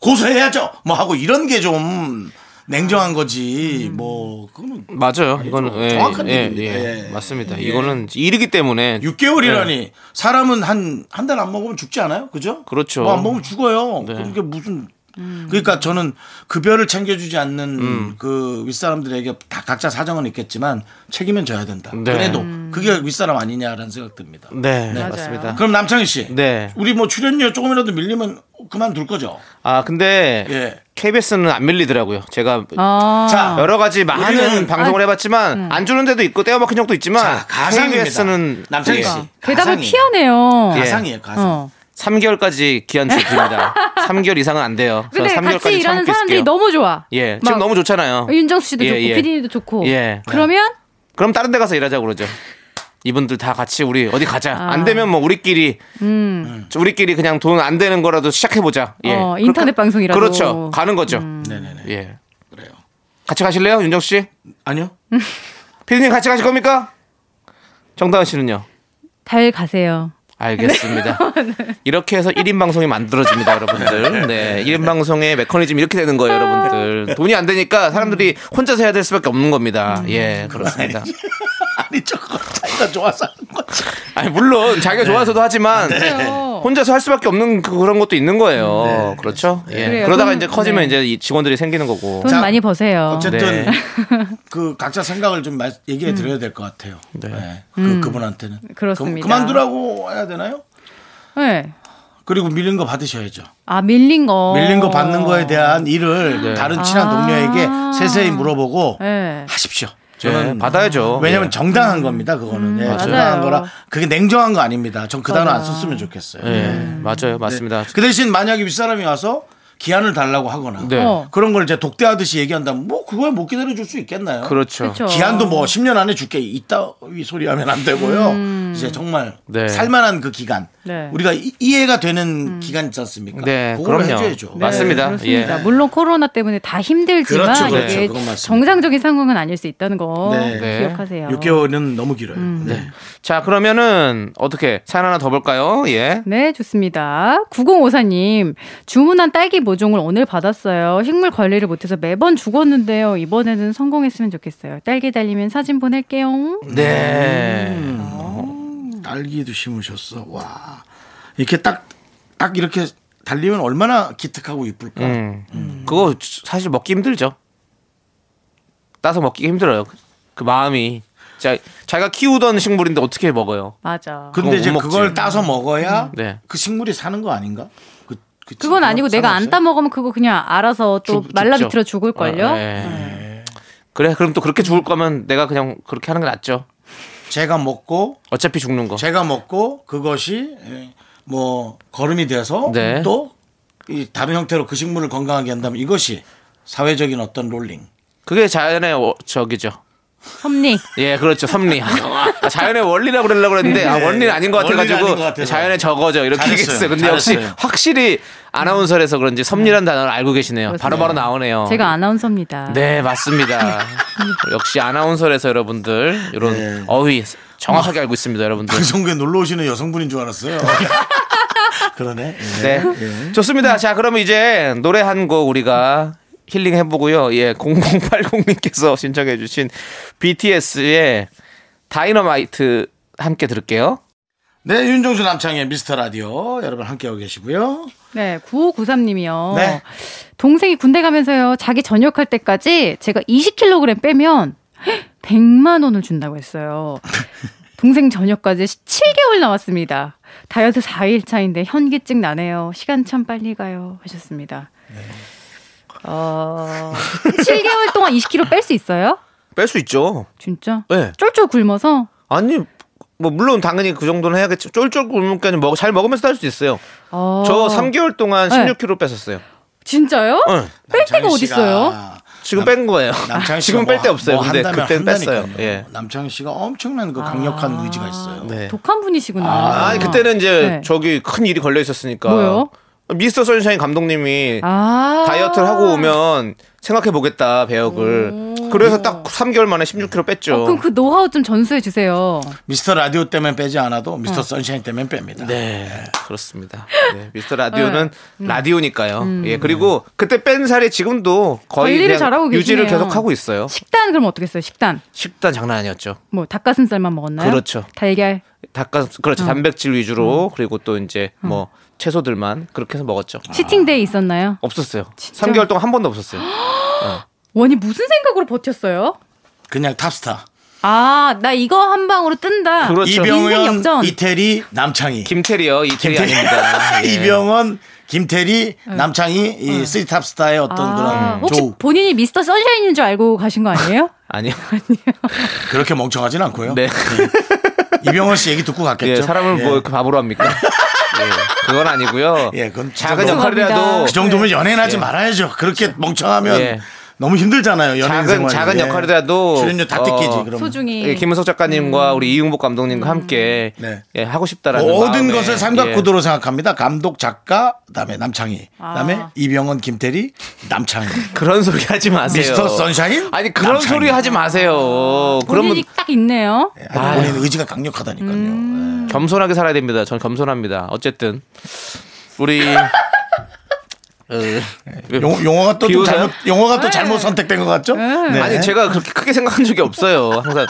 고소해야죠. 뭐 하고 이런 게 좀
아.
냉정한 거지.
음.
뭐 그거는
맞아요. 이거는 예,
정확한
예,
얘기입니다.
예.
예.
맞습니다. 이거는 일이기 때문에
6개월이라니 사람은 한 한 달 안 먹으면 죽지 않아요? 그죠?
네. 그렇죠.
뭐 안 먹으면 죽어요.
네.
그게 무슨 그러니까 저는 급여를 챙겨주지 않는
음.
그 윗사람들에게 다 각자 사정은 있겠지만 책임은 져야 된다.
네.
그래도 그게 윗사람 아니냐라는 생각 듭니다.
네,
맞아요.
맞습니다.
그럼 남창희 씨,
네.
우리 뭐 출연료 조금이라도 밀리면 그만둘 거죠.
아 근데
예.
KBS는 안 밀리더라고요. 제가
아, 음.
자,
여러 가지 많은
우리는-
방송을 해봤지만 안 주는 데도 있고 떼어먹힌 적도 있지만
가상입니다.
KBS는
남창희 씨,
그러니까 대답을
가상이에요.
피하네요.
예.
가상이에요, 가상.
어.
3개월까지 기한 드립니다. 3개월 이상은 안 돼요.
근데 같이 일하는 사람들이 너무 좋아.
예, 지금
막
너무 좋잖아요.
윤정수 씨도
예,
좋고
예.
피디님도 좋고.
네.
예.
그러면
그럼 다른 데 가서 일하자 고 그러죠. 이분들 다 같이 우리 어디 가자.
아.
안 되면 뭐 우리끼리 우리끼리 그냥 돈 안 되는 거라도 시작해 보자. 예.
음. 어, 인터넷 방송이라도. 음.
그렇죠. 가는 거죠.
네네네.
예.
그래요.
같이 가실래요, 윤정 씨?
아니요.
피디님 같이 가실 겁니까? 정다은 씨는요?
잘 가세요.
알겠습니다.
네.
이렇게 해서 1인 방송이 만들어집니다, 여러분들. 네. 1인 방송의 메커니즘 이렇게 되는 거예요, 여러분들. 돈이 안 되니까 사람들이 혼자서 해야 될 수밖에 없는 겁니다.
음,
예, 그렇습니다.
아니 저거 자기가 좋아서 하는 거지.
아니, 물론 자기가 좋아서도 하지만
그래요.
혼자서 할 수밖에 없는 그- 그런 것도 있는 거예요. 그렇죠? 예.
그래요.
그러다가
돈-
이제 커지면
네.
이제 이 직원들이 생기는 거고.
돈
자,
많이 버세요.
어쨌든
네.
그 각자 생각을 좀 말- 얘기해 드려야 될 것 같아요. 네. 그 그분한테는
음. 그렇습니다.
그, 만두라고 해야 되나요?
네.
그리고 밀린 거 받으셔야죠.
아 밀린 거.
밀린 거 받는 거에 대한 일을 다른 친한
아.
동료에게 세세히 물어보고
네.
하십시오.
저는 네.
저는
받아야죠. 예.
왜냐면 정당한 겁니다. 그거는 예, 정당한
음, 맞아요.
거라 그게 냉정한 거 아닙니다. 전 그 단어 안 썼으면 좋겠어요.
예. 예, 맞아요. 맞습니다.
그 대신 만약에 윗사람이 와서 기한을 달라고 하거나
네.
어.
그런 걸 이제 독대하듯이 얘기한다면 뭐 그거에 못 기다려 줄 수 있겠나요?
그렇죠.
그렇죠.
기한도 뭐 10년 안에 줄게 이따위 소리 하면 안 되고요. 이제 정말
네.
살만한 그 기간
음. 네. 음.
우리가 이- 이해가 되는 기간 있지 않습니까?
네,
그걸
그럼요.
해줘야죠.
네. 맞습니다.
그렇습니다.
예.
물론 코로나 때문에 다 힘들지만
그렇죠, 그렇죠.
이게
그건 맞습니다.
정상적인 상황은 아닐 수 있다는 거
네.
네.
기억하세요.
6개월은 너무 길어요.
음.
네.
자, 그러면은 어떻게 사연 하나 더 볼까요? 예.
네, 좋습니다. 9054님, 주문한 딸기 모종을 오늘 받았어요. 식물 관리를 못해서 매번 죽었는데요. 이번에는 성공했으면 좋겠어요. 딸기 달리면 사진 보낼게요.
네.
딸기도 심으셨어. 와 이렇게 딱 딱 이렇게 달리면 얼마나 기특하고 이쁠까.
음. 그거 사실 먹기 힘들죠. 따서 먹기 힘들어요. 그- 그 마음이. 자, 자기가 키우던 식물인데 어떻게 먹어요?
맞아. 그,
근데
그건
이제
못 먹지.
그걸 따서 먹어야
네.
그 식물이 사는 거 아닌가? 그, 그
건
친구가
아니고 내가 안
상관없어요?
따 먹으면 그거 그냥 알아서 또
죽-
말라
죽죠.
비틀어 죽을걸요? 네.
어, 예. 그래, 그럼 또 그렇게 죽을 거면 내가 그냥 그렇게 하는 게 낫죠.
제가 먹고
어차피 죽는 거.
제가 먹고 그것이 예, 뭐 거름이 돼서
네.
또 이 다른 형태로 그 식물을 건강하게 한다면 이것이 사회적인 어떤
네.
롤링.
그게 자연의 워- 저기죠.
섭리.
예, 그렇죠. 섭리. 아, 자연의 원리라고 그러려고 그랬는데, 아, 원리는 아닌 것
원리는
같아가지고,
아닌 것 같아서.
자연의 저거죠. 이렇게
잘했어요.
얘기했어요. 근데
잘했어요.
역시, 확실히 아나운서라서 그런지 섭리란 단어를 알고 계시네요. 바로바로 나오네요.
어.
제가 아나운서입니다.
네, 맞습니다. 역시 아나운서에서 여러분들, 이런
네.
어휘 정확하게 알고 있습니다, 여러분들.
방송국에 그 놀러 오시는 여성분인 줄 알았어요. 그러네. 예.
네. 좋습니다. 자, 그러면 이제 노래 한 곡 우리가 힐링 해보고요. 예, 0080님께서 신청해주신 BTS의 다이너마이트 함께 들을게요.
네, 윤종수 남창의 미스터 라디오 여러분 함께하고 계시고요.
네, 9593님이요.
네.
동생이 군대 가면서요. 자기 전역할 때까지 제가 20kg 빼면 100만 원을 준다고 했어요. 동생 전역까지 7개월 남았습니다. 다이어트 4일 차인데 현기증 나네요. 시간 참 빨리 가요. 하셨습니다.
네.
어, 7개월 동안 20kg 뺄 수 있어요?
뺄 수 있죠.
진짜?
네.
쫄쫄 굶어서?
아니 뭐 물론 당연히 그 정도는 해야겠지 쫄쫄 굶으니까 먹, 잘 먹으면서 할 수 있어요.
어,
저 네. 3개월 동안
네.
16kg 뺐었어요.
진짜요?
응.
뺄 데가
남창희
어딨어요?
씨가
지금 뺀 거예요.
남창희 씨가
지금 뺄 데
뭐
없어요.
뭐
근데
한다면
그때는 뺐어요.
한다니까요.
예.
남창희 씨가 엄청난 그
아.
강력한 의지가 있어요.
네.
독한 분이시구나.
아, 아니, 그때는 이제
네.
저기 큰 일이 걸려 있었으니까.
뭐요?
미스터 선샤인 감독님이
아.
예. 다이어트를 하고 오면 생각해 보겠다 배역을. 그래서 딱 3개월 만에 16kg 뺐죠.
음. 어, 그럼 그 노하우 좀 전수해 주세요.
미스터 라디오 때문에 빼지 않아도 미스터 선샤인 때문에 뺍니다.
네, 그렇습니다. 네, 미스터 라디오는
음.
라디오니까요. 예, 그리고 그때 뺀 살이 지금도 거의
관리를
그냥
잘하고
유지를
계시네요.
계속 하고 있어요.
식단 그럼 어떻게 했어요? 식단.
식단 장난 아니었죠.
뭐 닭가슴살만 먹었나요?
그렇죠.
달걀.
닭가 그렇죠
음.
단백질 위주로 그리고 또 이제 뭐 채소들만 그렇게 해서 먹었죠.
치팅데이 있었나요?
없었어요.
진짜?
3개월 동안 한 번도 없었어요.
원이 무슨 생각으로 버텼어요?
그냥 탑스타.
아, 나 이거 한 방으로 뜬다.
그렇죠.
인생
이병헌,
역전.
이태리, 남창희.
김태리요 이태리
김태리.
아닙니다. 예. 네.
이병헌, 김태리, 남창희 이 쓰리탑스타의 어떤
아,
그런
혹시
조우
본인이 미스터 선샤인인 줄 알고 가신 거 아니에요?
아니요.
그렇게 멍청하진 않고요. 예.
네.
이병헌 씨 얘기 듣고 갔겠죠.
예, 사람을
예.
뭐 이렇게 바보로 합니까? 예, 그건 아니고요.
예, 그건 그
작은
정도-
역할이라도
그 정도면 연애는 하지 말아야죠. 그렇게 멍청하면
네. 예.
너무 힘들잖아요. 연예인
작은
생활이.
작은
예.
역할이라도
출연료 다
어,
뜯기지. 그러면.
소중히.
예, 김은석 작가님과
음.
우리 이응복 감독님과 함께
네.
예, 하고 싶다라는
모든
마음에, 예,
것을 삼각구도로 생각합니다. 감독, 작가, 그다음에 남창희, 그다음에
아.
이병헌, 김태리, 남창희,
예, 그런 소리 하지 마세요.
미스터 선샤인.
아니 그런
남창희.
소리 하지 마세요. 그러면
아, 본인이 딱 있네요.
예, 아주 본인 의지가 강력하다니까요.
음.
겸손하게 살아야 됩니다. 전 겸손합니다. 어쨌든 우리 어,
예. 용, 용어가 또좀
비웃어요?
잘못 용어가
네.
또 잘못 선택된 것 같죠? 네.
아니 제가 그렇게 크게 생각한 적이 없어요. 항상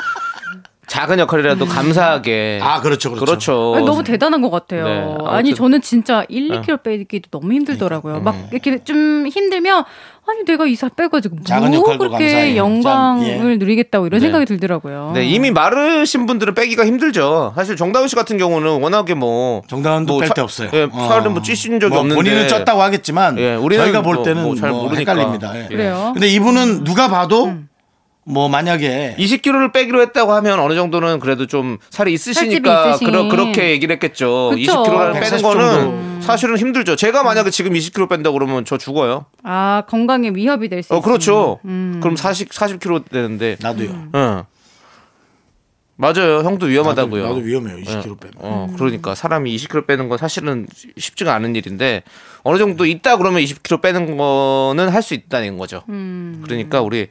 작은 역할이라도 감사하게.
아, 그렇죠, 그렇죠.
아니, 너무 대단한 것 같아요.
어, 네, 아무튼. 아. 음,
아니 저는 진짜 1, 2kg 빼기도 너무 힘들더라고요. 막 이렇게 좀 힘들면 아니 내가 이 살 빼가지고
작은
뭐
역할도
그렇게
감사해요.
영광을
참, 예.
누리겠다고 이런
네.
생각이 들더라고요.
네, 이미 마르신 분들은 빼기가 힘들죠. 사실 정다은 씨 같은 경우는 워낙에 뭐
정다운도
뭐
뺄
차-
때 없어요.
예,
어.
살은 뭐 찌신 적이
뭐
없는데
본인은 쪘다고 하겠지만
예, 우리는
저희가 볼
뭐-
때는
뭐잘
뭐
모르니까.
헷갈립니다. 예.
예.
그래요. 음.
근데 이분은 누가 봐도 뭐 만약에
20kg를 빼기로 했다고 하면 어느 정도는 그래도 좀 살이 있으시니까
살집이
그러,
있으신.
그렇게 얘기를 했겠죠.
그쵸.
140
20kg를 빼는
정도.
거는 사실은 힘들죠. 제가 만약에 지금 20kg 뺀다 그러면 저 죽어요.
아 건강에 위협이 될 수 있어요.
어 그렇죠. 그럼 40 40kg 되는데.
나도요.
응. 맞아요. 형도 음. 위험하다고요.
나도 위험해요. 20kg 빼면.
어, 그러니까 사람이 20kg 빼는 건 사실은 쉽지가 않은 일인데 어느 정도 있다 그러면 20kg 빼는 거는 할 수 있다는 거죠.
음.
그러니까 우리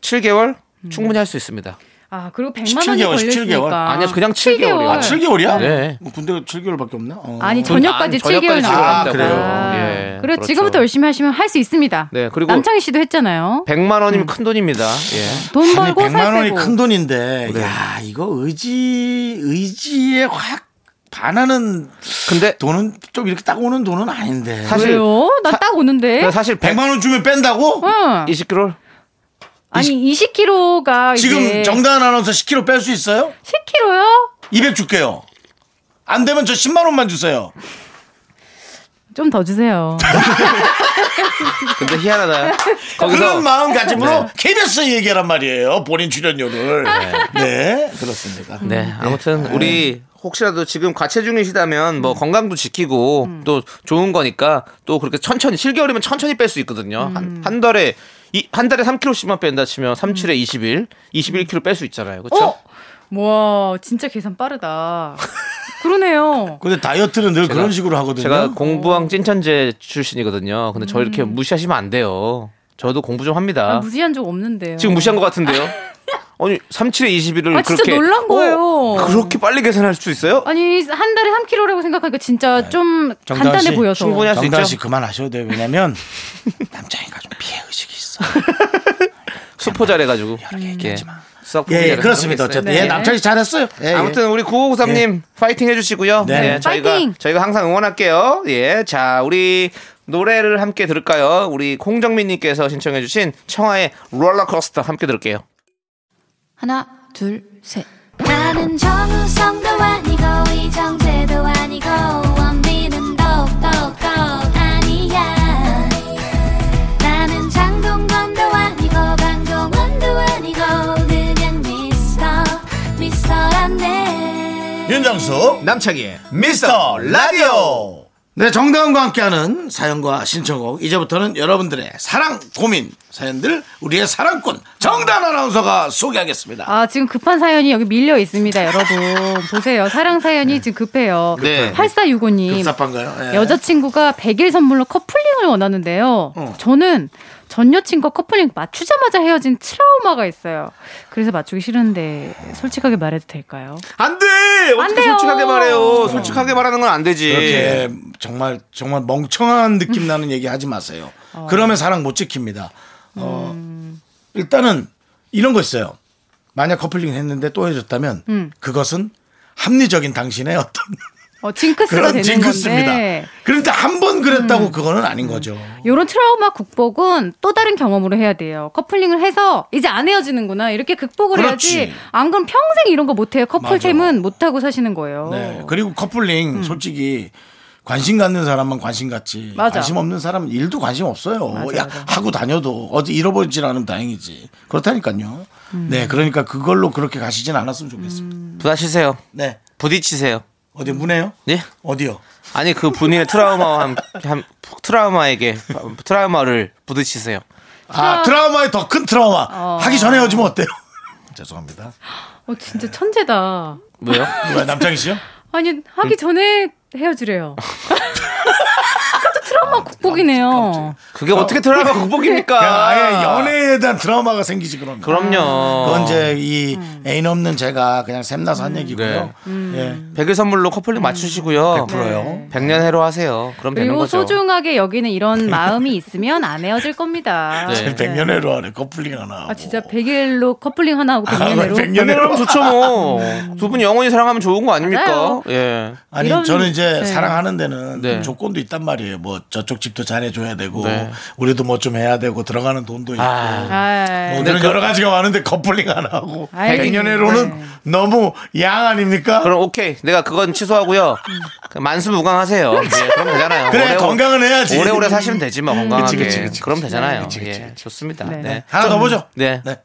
7개월 충분히 할 수 있습니다.
아 그리고 100만 원이
17개월,
걸렸으니까.
17개월.
아니야, 그냥 7개월 이요.
아, 7개월이야? 뭐
네.
군대 7개월밖에 없나? 어.
아니
돈-
저녁까지
아니, 저녁까지
7개월
칠개월
아,
남았다.
그래요.
예,
그리고
그렇죠.
지금부터 열심히 하시면 할 수 있습니다.
네, 그리고-
남창희 씨도 했잖아요.
100만 원이면 큰 돈입니다. 예.
돈
아니,
벌고
100만
살
원이
빼고.
큰 돈인데,
네.
야, 이거 의지, 의지에 확 반하는
근데
돈은 좀 이렇게 딱 오는 돈은 아닌데.
사실-
왜요? 나 딱 오는데.
그러니까 사실 100만
100만 원 주면 뺀다고?
응.
20kg
아니 20kg가
지금 정다은 아나운서 10kg 뺄 수 있어요?
10kg요?
200 줄게요. 안 되면 저 10만 원만 주세요.
좀 더 주세요.
근데 희한하다. 거기서
그런 마음가짐으로
네.
KBS 에 얘기란 말이에요. 본인 출연료를.
아.
네, 그렇습니다.
네, 아무튼 우리 혹시라도 지금 과체 중이시다면 뭐 건강도 지키고 또 좋은 거니까 또 그렇게 천천히 7개월이면 천천히 뺄 수 있거든요. 한, 한 달에 이, 한 달에 3kg씩만 뺀다 치면 37에 21, 21kg 뺄 수 있잖아요. 그렇죠?
어? 와 진짜 계산 빠르다. 그러네요.
근데 다이어트는 늘 그런 식으로 하거든요.
어.
제가 공부왕 찐천재 출신이거든요. 근데 저 이렇게 무시하시면 안 돼요. 저도 공부 좀 합니다.
음. 아, 무시한 적 없는데요.
지금 무시한 것 같은데요. 아니 37에 21을
아, 진짜
그렇게
놀란 거예요.
어, 그렇게 빨리 계산할 수 있어요?
아니 한 달에 3kg라고 생각하니까 진짜 좀
정다은
간단해
씨,
보여서.
충분히 할 수
정단
있죠.
씨 그만하셔도 돼요. 왜냐면 남자애가 좀 피해 의식이 있어.
수포 잘해가지고.
음,
예. 수학 공부
예,
잘해서
그렇습니다.
하겠어요.
어쨌든
네.
예, 남창희 잘했어요. 예, 예.
아무튼 우리 9593님 파이팅 해주시고요.
네.
예, 저희가
파이팅!
저희가 항상 응원할게요. 예, 자 우리 노래를 함께 들을까요? 우리 홍정민님께서 신청해주신 청하의 롤러코스터 함께 들을게요.
하나, 둘, 셋.
나는 정우성도 아니고 이정재도 아니고 원빈은 더욱더 아니야 나는 장동건도 아니고 방종원도 아니고 그냥 미스터 미스터란데
윤정수 남창희 미스터 라디오. 네, 정다은과 함께하는 사연과 신청곡 이제부터는 여러분들의 사랑 고민 사연들 우리의 사랑꾼 정다은 아나운서가 소개하겠습니다.
아, 지금 급한 사연이 여기 밀려 있습니다, 여러분. 보세요. 사랑 사연이 지금 급해요.
네.
8465님. 네.
급사판가요? 예.
여자친구가 100일 선물로 커플링을 원하는데요.
어.
저는 전 여친과 커플링 맞추자마자 헤어진 트라우마가 있어요. 그래서 맞추기 싫은데 솔직하게 말해도 될까요?
안 돼.
안
어떻게
돼요.
솔직하게 말해요. 솔직하게 말하는 건 안 되지. 예.
이렇게 정말 정말 멍청한 느낌 나는 얘기 하지 마세요. 그러면 사랑 못 지킵니다. 어, 일단은 이런 거 있어요. 만약 커플링 했는데 또 헤어졌다면 그것은 합리적인 당신의 어떤
어, 징크스가
그런
되는
징크스입니다.
건데
그런데 한 번 그랬다고 그거는 아닌 거죠.
요런 트라우마 극복은 또 다른 경험으로 해야 돼요. 커플링을 해서 이제 안 헤어지는구나 이렇게 극복을
그렇지.
해야지. 안 그럼 평생 이런 거 못해요.
맞아.
커플템은 못하고 사시는 거예요.
네. 그리고 커플링 솔직히 관심 갖는 사람만 관심 갖지
맞아.
관심 없는 사람은 일도 관심 없어요.
맞아,
야
맞아.
하고 다녀도 어디 잃어버리지 않으면 다행이지. 그렇다니까요. 네, 그러니까 그걸로 그렇게 가시진 않았으면 좋겠습니다.
음. 부딪히세요.
네,
부딪히세요.
어디 문해요?
예?
어디요?
아니 그 본인의 트라우마와 함, 함 트라우마에게 트라우마를 부딪히세요.
아 트라우마의 더 큰 트라우마 하기 전에 헤어지면 어때요? 죄송합니다.
어, 진짜 천재다.
왜요?
누가 남창희 씨요?
아니 하기
음.
전에 헤어지래요. 그것도 트라우마
아,
극복이네요.
그게 어떻게 트라우마 극복입니까?
그냥 아예 연애에 대한 트라우마가 생기지 그럼.
그럼요.
그건 이제 이 애인 없는 제가 그냥 샘나서 한 얘기고요. 예.
네. 백일 선물로 커플링 맞추시고요.
100%요.
백년 해로 하세요. 그럼 되는
그리고
거죠.
소중하게 여기는 이런 마음이 있으면 안 헤어질 겁니다.
예.
네.
100년 해로 하네 커플링 하나. 하고.
아 진짜 100일로 커플링 하나 하고 100년으로
백년 해로.
아, 네, 백년해로 좋죠 뭐. 두 분 영원히 사랑하면 좋은 거 아닙니까?
맞아요.
예.
아니
이런-
저는 이제
네.
사랑하는 데는
네.
조건도 있단 말이에요. 뭐 저쪽 집도 잘해줘야 되고
네.
우리도 뭐 좀 해야 되고 들어가는 돈도 있고.
아.
뭐
아,
오늘은 여러 가지가 많은데 커플링 안 하고
아이고.
100년 해로는
네.
너무 양 아닙니까?
그럼 오케이. 내가 그건 취소하고요. 그 만수무강하세요. 예, 그럼 되잖아요.
그래, 건강은 해야지.
오래오래 사시면 되지 뭐
그치,
건강하게.
그치, 그치.
그럼 되잖아요.
그치, 그치,
예, 좋습니다.
네.
네.
하나 더 보죠.
네.
네.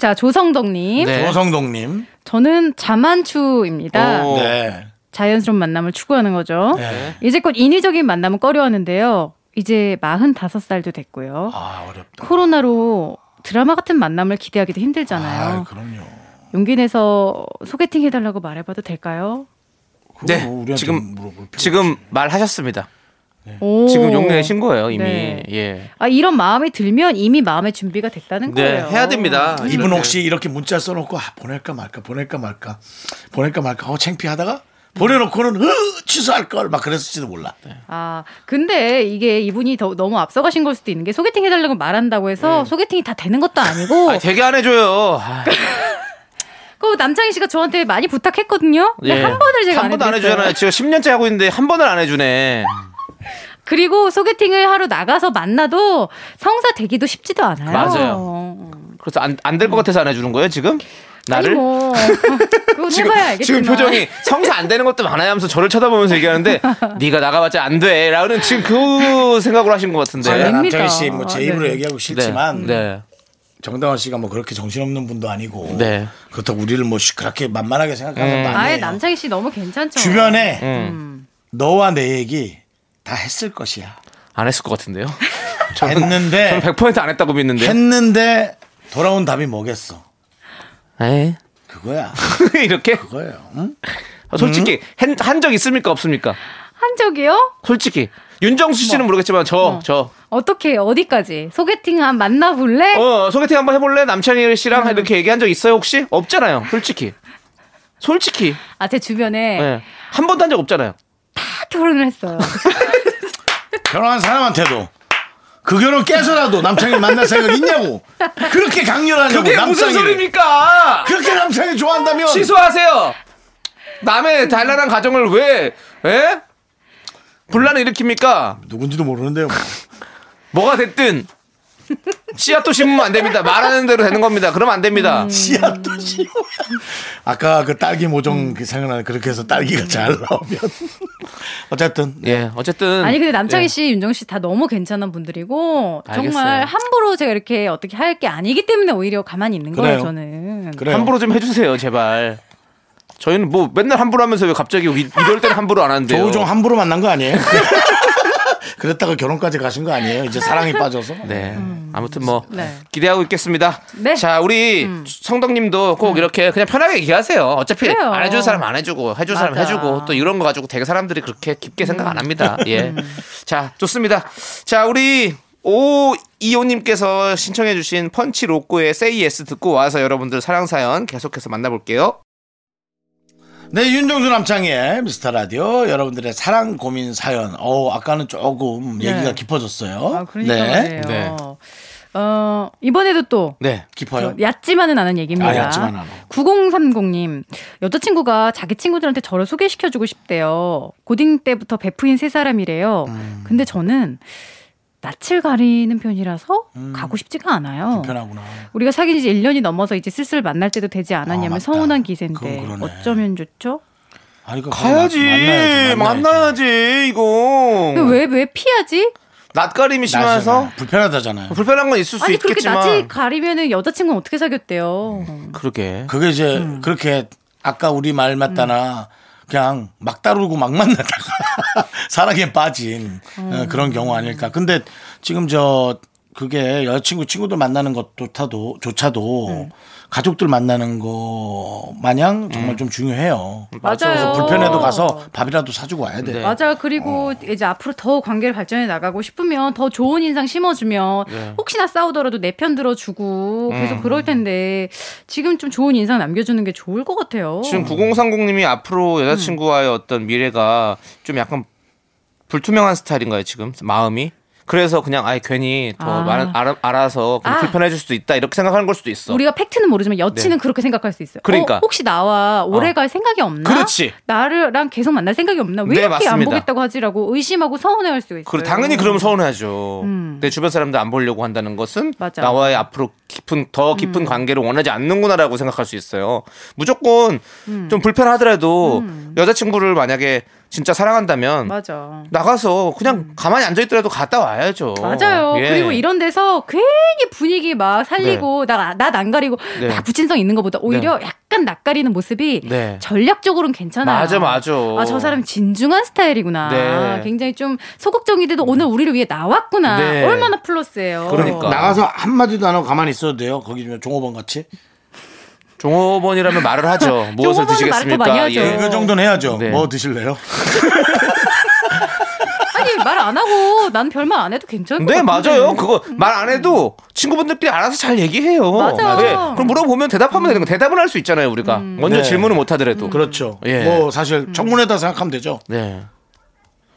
자 조성덕님,
네.
조성동님.
저는 자만추입니다.
오.
네.
자연스러운 만남을 추구하는 거죠.
네.
이제껏 인위적인 만남은 꺼려하는데요. 이제 45살도 됐고요.
아 어렵다.
코로나로 드라마 같은 만남을 기대하기도 힘들잖아요.
아 그럼요.
용기 내서 소개팅 해달라고 말해봐도 될까요?
그거
네,
뭐 우리한테
지금-
물어볼 필요
지금 말하셨습니다.
오.
네. 지금 용내신 거예요 이미.
네.
예.
아, 이런 마음이 들면 이미 마음의 준비가 됐다는
네,
거예요. 음.
해야 됩니다.
아, 이분 혹시 이렇게 문자 써놓고 아, 보낼까 말까 보낼까 말까 보낼까 말까 어 창피하다가 보내놓고는 으 취소할 걸 막 그랬을지도 몰라.
아, 근데 이게 이분이 더, 너무 앞서가신 걸 수도 있는 게 소개팅 해달라고 말한다고 해서 소개팅이 다 되는 것도 아니고
네. 아, 되게 안 해줘요. 아,
그 남창희 씨가 저한테 많이 부탁했거든요. 근데
예.
한 번을 제가
한 번도 안
해드렸어요.
해주잖아요. 지금 10년째 하고 있는데 한 번을 안 해주네.
그리고 소개팅을 하러 나가서 만나도 성사 되기도 쉽지도 않아요. 음.
맞아요. 그래서 안 안 될 것 같아서 안 해주는 거예요 지금? 나를?
아니 뭐 그건
지금,
해봐야 알겠지만
지금 표정이 성사 안 되는 것도 많아요 하면서 저를 쳐다보면서 얘기하는데 네가 나가봤자 안 돼. 라는 지금 그 생각으로 하신 것 같은데.
제가
아닙니다.
남창희 씨 뭐 제
아, 네.
입으로 얘기하고 싫지만
네.
정다원 씨가 뭐 그렇게 정신없는 분도 아니고
네.
그렇다고 우리를 뭐 시- 그렇게 만만하게 생각하는 것도 아니에요.
아예 남창희 씨 너무 괜찮죠.
주변에 음. 너와 내 얘기 다 했을 것이야.
안 했을 것 같은데요.
했는데 네.
저는 100%안 했다고 믿는데.
했는데 돌아온 답이 뭐겠어?
에이.
그거야.
네. 이렇게?
그거예요. 응?
아, 솔직히
음.
한 적 있습니까 없습니까?
한 적이요?
솔직히 윤정수
뭐.
씨는 모르겠지만 저 저
어떻게 어디까지 소개팅 한 만나볼래?
어, 소개팅 한번 해볼래 남창희
음.
씨랑 이렇게 얘기한 적 있어요 혹시? 없잖아요 솔직히. 솔직히
아 제 주변에
네.
예. 한 번도 한 적 없잖아요.
다 결혼을 했어요.
결혼한 사람한테도 그 결혼 깨서라도 남창이 만날 생각 있냐고 그렇게 강렬하냐고
그게 무슨
남창이를.
소리입니까?
그렇게 남창이 좋아한다면
취소하세요. 남의 단란한 가정을 왜 에? 분란을 일으킵니까?
누군지도 모르는데요 뭐.
뭐가 됐든 씨앗도 심으면 안 됩니다. 말하는 대로 되는 겁니다. 그럼 안
음.
됩니다.
씨앗 또 씨앗 아까 그 딸기 모종 그 생각나는 그렇게 해서 딸기가 잘 나오면 어쨌든
예, 어쨌든
아니 근데 남창희
네.
예.
씨, 윤정 씨 다 너무 괜찮은 분들이고 정말
알겠어요.
함부로 제가 이렇게 어떻게 할 게 아니기 때문에 오히려 가만히 있는
그래요.
거예요 저는.
그래요
함부로 좀 해주세요, 제발. 저희는 뭐 맨날 함부로 하면서 왜 갑자기 이- 이럴 때는 함부로 안 하는데요.
조우종 함부로 만난 거 아니에요 그랬다가 결혼까지 가신 거 아니에요 이제 사랑에 빠져서
네. 아무튼 뭐
네.
기대하고 있겠습니다.
네. 음.
자, 우리 성덕님도 꼭 이렇게 그냥 편하게 얘기하세요. 어차피
그래요.
안 해줄 사람 안 해주고 해줄 사람
맞아. 음.
해주고 또 이런 거 가지고 되게 사람들이 그렇게 깊게 생각 안 합니다. 예. 자, 좋습니다. 자, 우리 오 이호님께서 신청해주신 펀치 로꼬의 Say Yes 듣고 와서 여러분들 사랑 사연 계속해서 만나볼게요.
네, 윤정수 남창희의 미스터 라디오 여러분들의 사랑 고민 사연. 어, 아까는 조금 얘기가 깊어졌어요.
아, 그러니까
네.
말이에요.
예. 네.
어, 이번에도 또
네.
깊어요.
얕지만은 않은 얘기입니다.
아, 얕지만 않아.
9030님, 여자친구가 자기 친구들한테 저를 소개시켜주고 싶대요. 고딩 때부터 베프인 세 사람이래요.
음.
근데 저는 낯을 가리는 편이라서
음.
가고 싶지가 않아요.
편하구나.
우리가 사귄 지 1년이 넘어서 이제 슬슬 만날 때도 되지 않았냐면
아, 맞다.
서운한
그건
기세인데
그러네.
어쩌면 좋죠?
아니, 그거
가야지.
만나야지,
음, 만나야지,
네.
이거.
왜 왜 피하지?
낯가림이 심해서
심해서 불편하다잖아요.
불편한 건 있을 수
아니 그렇게
있겠지만.
낯이 가리면은 여자친구는 어떻게 사귀었대요?
그러게.
그게 이제
음.
그렇게 아까 우리 말 맞다나 그냥 막 다루고 막 만나다가 사랑에 빠진
음.
어, 그런 경우 아닐까. 근데 지금 저 그게 여자친구 친구들 만나는 것조차도 조차도
음.
가족들 만나는 거 마냥
음.
정말 좀 중요해요.
음. 맞아요.
불편해도 가서 어. 밥이라도 사주고 와야 돼.
네.
맞아요. 그리고 이제 앞으로 더 관계를 발전해 나가고 싶으면 더 좋은 인상 심어주면
네.
혹시나 싸우더라도 내 편 들어주고
음.
계속 그럴 텐데 지금 좀 좋은 인상 남겨주는 게 좋을 것 같아요.
지금 9030님이 앞으로 여자친구와의
음.
어떤 미래가 좀 약간 불투명한 스타일인가요, 지금? 마음이? 그래서 그냥 아예 괜히 더
아.
말, 알아, 알아서 그냥
아.
불편해질 수도 있다 이렇게 생각하는 걸 수도 있어.
우리가 팩트는 모르지만 여친은 그렇게 생각할 수 있어요.
네. 그러니까. 어.
어, 혹시 나와 오래 갈 생각이 없나?
그렇지.
나랑 계속 만날 생각이 없나? 왜
네,
이렇게 안
맞습니다.
보겠다고 하지라고 의심하고 서운해할 수가 있어요.
그래, 당연히 그러면 서운하죠. 내 주변 사람들 안 보려고 한다는 것은
음. 맞아. 음.
나와의 앞으로 깊은 더 깊은 관계를 원하지 않는구나라고 생각할 수 있어요. 무조건
음.
좀 불편하더라도 여자친구를 만약에 진짜 사랑한다면
맞아. 음.
나가서 그냥 가만히 앉아 있더라도 갔다 와야죠.
맞아요.
예.
그리고 이런 데서 괜히 분위기 막 살리고 나나안 가리고
네.
막 부친성 있는 것보다 오히려 약간 낯가리는 모습이
네.
전략적으로는 괜찮아요.
맞아, 맞아.
아, 저 사람 진중한 스타일이구나.
네.
굉장히 좀 소극적인데도 오늘 우리를 위해 나왔구나.
네.
얼마나 플러스예요.
그러니까.
나가서 한마디도 안 하고 가만히 있어도 돼요. 거기 좀 종업원 같이.
종업원이라면 말을 하죠. 무엇을
종업원은 말을 더
드시겠습니까?
많이 하죠.
예.
그 정도는 해야죠.
네.
뭐 드실래요?
아니 말 안 하고 난 별말 안 해도 괜찮을 것
네
같은데.
맞아요. 그거 말 안 해도 친구분들끼리 알아서 잘 얘기해요. 음.
맞아.
네. 그럼 물어보면 대답하면 되는 거 대답은 할 수 있잖아요 우리가 먼저
네.
질문을 못 하더라도.
그렇죠.
예.
뭐 사실 청문회다 생각하면 되죠.
네.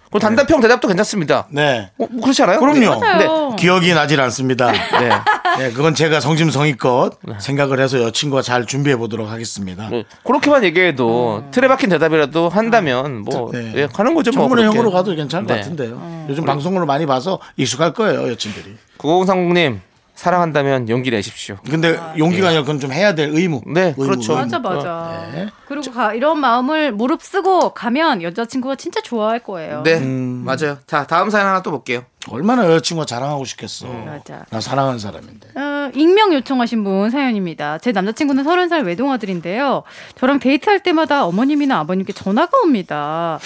그럼 단답형 대답도 괜찮습니다.
네.
어, 뭐 그렇지 않아요?
그럼요.
맞아요.
기억이 나질 않습니다.
네. 네.
네, 그건 제가 성심성의껏 생각을 해서 여친과 잘 준비해 보도록 하겠습니다.
네. 그렇게만 얘기해도 틀에 박힌 대답이라도 한다면 뭐
네.
예, 가는 거죠 뭐.
청문회
그렇게.
형으로 가도 괜찮을 것
네.
같은데요. 요즘 방송으로 많이 봐서 익숙할 거예요, 여친들이.
9030님 사랑한다면 용기 내십시오.
근데 용기가 아니라 그건 좀 해야 될 의무.
예. 네, 그렇죠.
맞아 맞아.
네.
그리고 가, 이런 마음을 무릅쓰고 가면 여자친구가 진짜 좋아할 거예요.
네
음.
맞아요. 자 다음 사연 하나 또 볼게요.
얼마나 여자친구가 자랑하고 싶겠어.
맞아.
나 사랑하는 사람인데.
어, 익명 요청하신 분 사연입니다. 제 남자친구는 30살 외동아들인데요. 저랑 데이트할 때마다 어머님이나 아버님께 전화가 옵니다.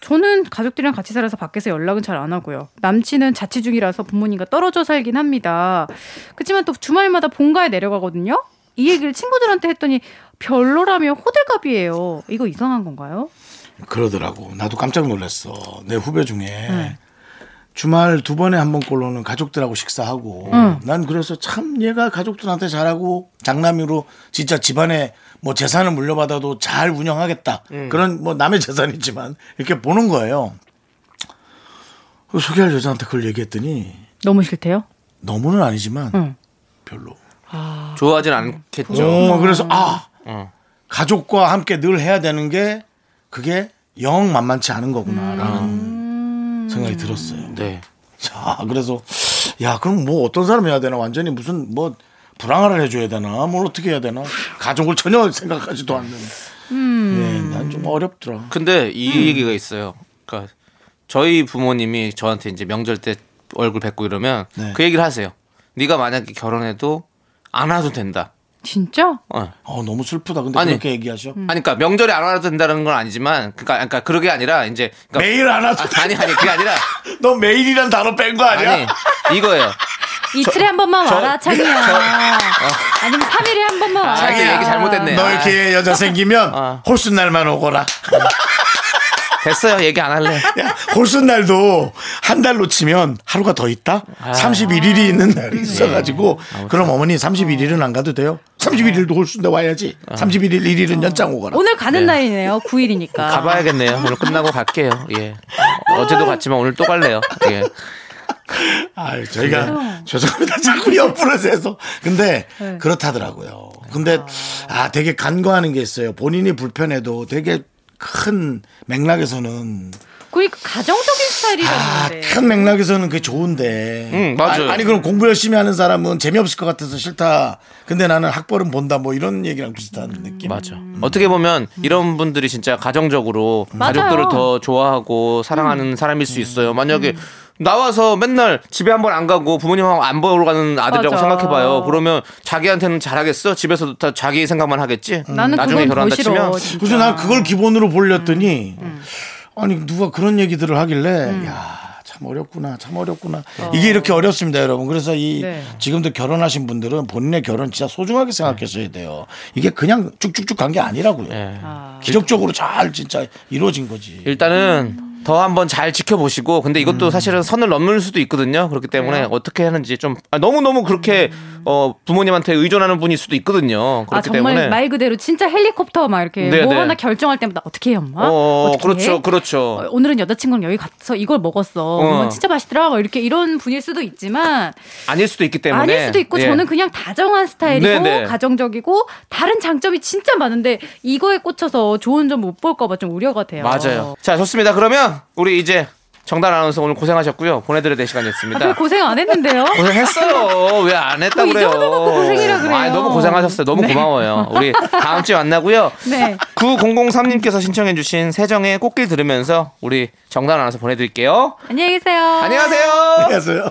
저는 가족들이랑 같이 살아서 밖에서 연락은 잘 안 하고요. 남친은 자취 중이라서 부모님과 떨어져 살긴 합니다. 그렇지만 또 주말마다 본가에 내려가거든요. 이 얘기를 친구들한테 했더니 별로라며 호들갑이에요. 이거 이상한 건가요?
그러더라고. 나도 깜짝 놀랐어. 내 후배 중에 주말 두 번에 한 번꼴로는 가족들하고 식사하고 난 그래서 참 얘가 가족들한테 잘하고 장남으로 진짜 집안에 뭐 재산을 물려받아도 잘 운영하겠다. 그런 뭐 남의 재산이지만 이렇게 보는 거예요. 그 소개할 여자한테 그걸 얘기했더니
너무 싫대요?
너무는 아니지만
응.
별로.
좋아하진 않겠죠.
어, 그래서 아 가족과 함께 늘 해야 되는 게 그게 영 만만치 않은 거구나라는 생각이 들었어요.
네.
자 그래서 야 그럼 뭐 어떤 사람 해야 되나 완전히 무슨 뭐 불황화를 해줘야 되나 뭘 어떻게 해야 되나 가족을 전혀 생각하지도 않는. 예, 난 좀 어렵더라.
근데 이
음.
얘기가 있어요. 그러니까 저희 부모님이 저한테 이제 명절 때 얼굴 뵙고 이러면
네.
그 얘기를 하세요. 네가 만약에 결혼해도 안 와도 된다.
진짜?
어.
어 너무 슬프다. 근데
아니.
그렇게 얘기하셔.
아니 그러니까 명절에 안 와도 된다는 건 아니지만 그러니까 그러니까 그러게 아니라 이제 그러니까
매일 안 와도
아, 아니 아니 그게 아니라
너 매일이란 단어 뺀 거 아니야?
아니 이거예요.
이틀에 한 번만 와라, 창이야. 아니면 3일에 한 번만 와라.
아. 자기 얘기 잘못했네.
너 이렇게 여자 생기면
아.
홀수날만 오거라.
됐어요. 얘기 안 할래.
야, 홀수날도 한 달로 치면 하루가 더 있다? 31일이 있는 날이 있어가지고 그럼 어머니 31일은 안 가도 돼요? 31일도 홀수인데 와야지. 31일 1일은 연장
아,
오거라.
오늘 가는 날이네요. 9일이니까.
어, 가봐야겠네요. 오늘 끝나고 갈게요. 예. 어제도 갔지만 오늘 또 갈래요. 예.
아유, 저희가 죄송합니다. 자꾸 옆으로서 해서. 근데
네.
그렇다더라고요. 근데 아, 되게 간과하는 게 있어요. 본인이 불편해도 되게 큰 맥락에서는
그러니까 가정적인
아,
스타일이라는데.
큰 맥락에서는 그게 좋은데.
응, 음, 맞아요.
아니, 아니, 그럼 공부 열심히 하는 사람은 재미없을 것 같아서 싫다. 근데 나는 학벌은 본다. 뭐 이런 얘기랑 비슷한 느낌.
맞아. 음. 어떻게 보면 이런 분들이 진짜 가정적으로
음. 맞아요. 음.
가족들을 더 좋아하고 사랑하는 사람일 수 있어요. 만약에 나와서 맨날 집에 한 번 안 가고 부모님하고 안 보러 가는 아들이라고
맞아.
생각해봐요. 그러면 자기한테는 잘하겠어? 집에서도 다 자기 생각만 하겠지?
음. 나는
나중에
그건
결혼한다
더 싫어.
치면
진짜.
그래서 난 그걸 기본으로 보려더니 아니 누가 그런 얘기들을 하길래 야 참 어렵구나 참 어렵구나 이게 이렇게 어렵습니다 여러분 그래서 이
네.
지금도 결혼하신 분들은 본인의 결혼 진짜 소중하게 생각했어야 돼요 이게 그냥 쭉쭉쭉 간 게 아니라고요
예.
기적적으로 잘 진짜 이루어진 거지
일단은
음.
더 한번 잘 지켜보시고 근데 이것도 사실은 선을 넘을 수도 있거든요. 그렇기 때문에 어떻게 하는지 좀 아, 너무 너무 그렇게 어, 부모님한테 의존하는 분일 수도 있거든요.
음. 아
그렇기
정말
때문에
말 그대로 진짜 헬리콥터 막 이렇게
네,
뭐
네.
하나 결정할 때마다 어떻게 해 엄마?
어,
어떻게
그렇죠,
해?
그렇죠.
어, 오늘은 여자친구랑 여기 가서 이걸 먹었어. 엄마 진짜 맛있더라. 막 이렇게 이런 분일 수도 있지만
아닐 수도 있기 때문에
아닐 수도 있고
예.
저는 그냥 다정한 스타일이고
네, 네.
가정적이고 다른 장점이 진짜 많은데 이거에 꽂혀서 좋은 점 못 볼까봐 좀 우려가 돼요.
맞아요. 자 좋습니다. 그러면 우리 이제 정단 아나운서 오늘 고생하셨고요. 보내드려야 될
아, 별
시간이었습니다.
고생 안 했는데요.
고생했어요. 왜 안 했다
뭐이
그래요?
정도 갖고 고생이라 그래요.
아, 너무 고생하셨어요. 너무 고마워요. 우리 다음 주에 만나고요.
네.
9003님께서 신청해주신 세정의 꽃길 들으면서 우리 정단 아나운서 보내드릴게요.
안녕히 계세요.
안녕하세요.
그래서요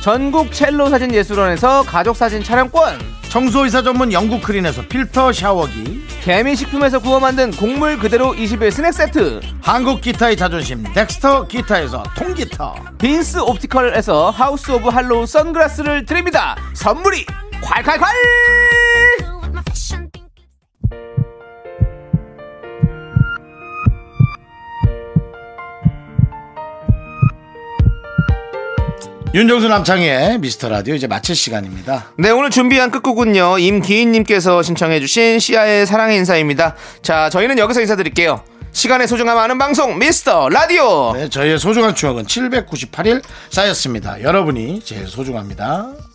전국 첼로 사진 예술원에서 가족 사진 촬영권.
청소이사 전문 영국 크린에서 필터 샤워기
개미식품에서 구워 만든 곡물 그대로 21 스낵 세트.
한국 기타의 자존심 덱스터 기타에서 통기타
빈스 옵티컬에서 하우스 오브 할로우 선글라스를 드립니다. 선물이 콸콸콸!
윤정수 남창희의 미스터 라디오 이제 마칠 시간입니다
네, 오늘 준비한 끝곡은요. 임기인님께서 신청해주신 시아의 사랑의 인사입니다. 자, 저희는 여기서 인사드릴게요. 시간의 소중함 아는 방송, 미스터 라디오!
네, 저희의 소중한 추억은 798일 쌓였습니다 여러분이 제일 소중합니다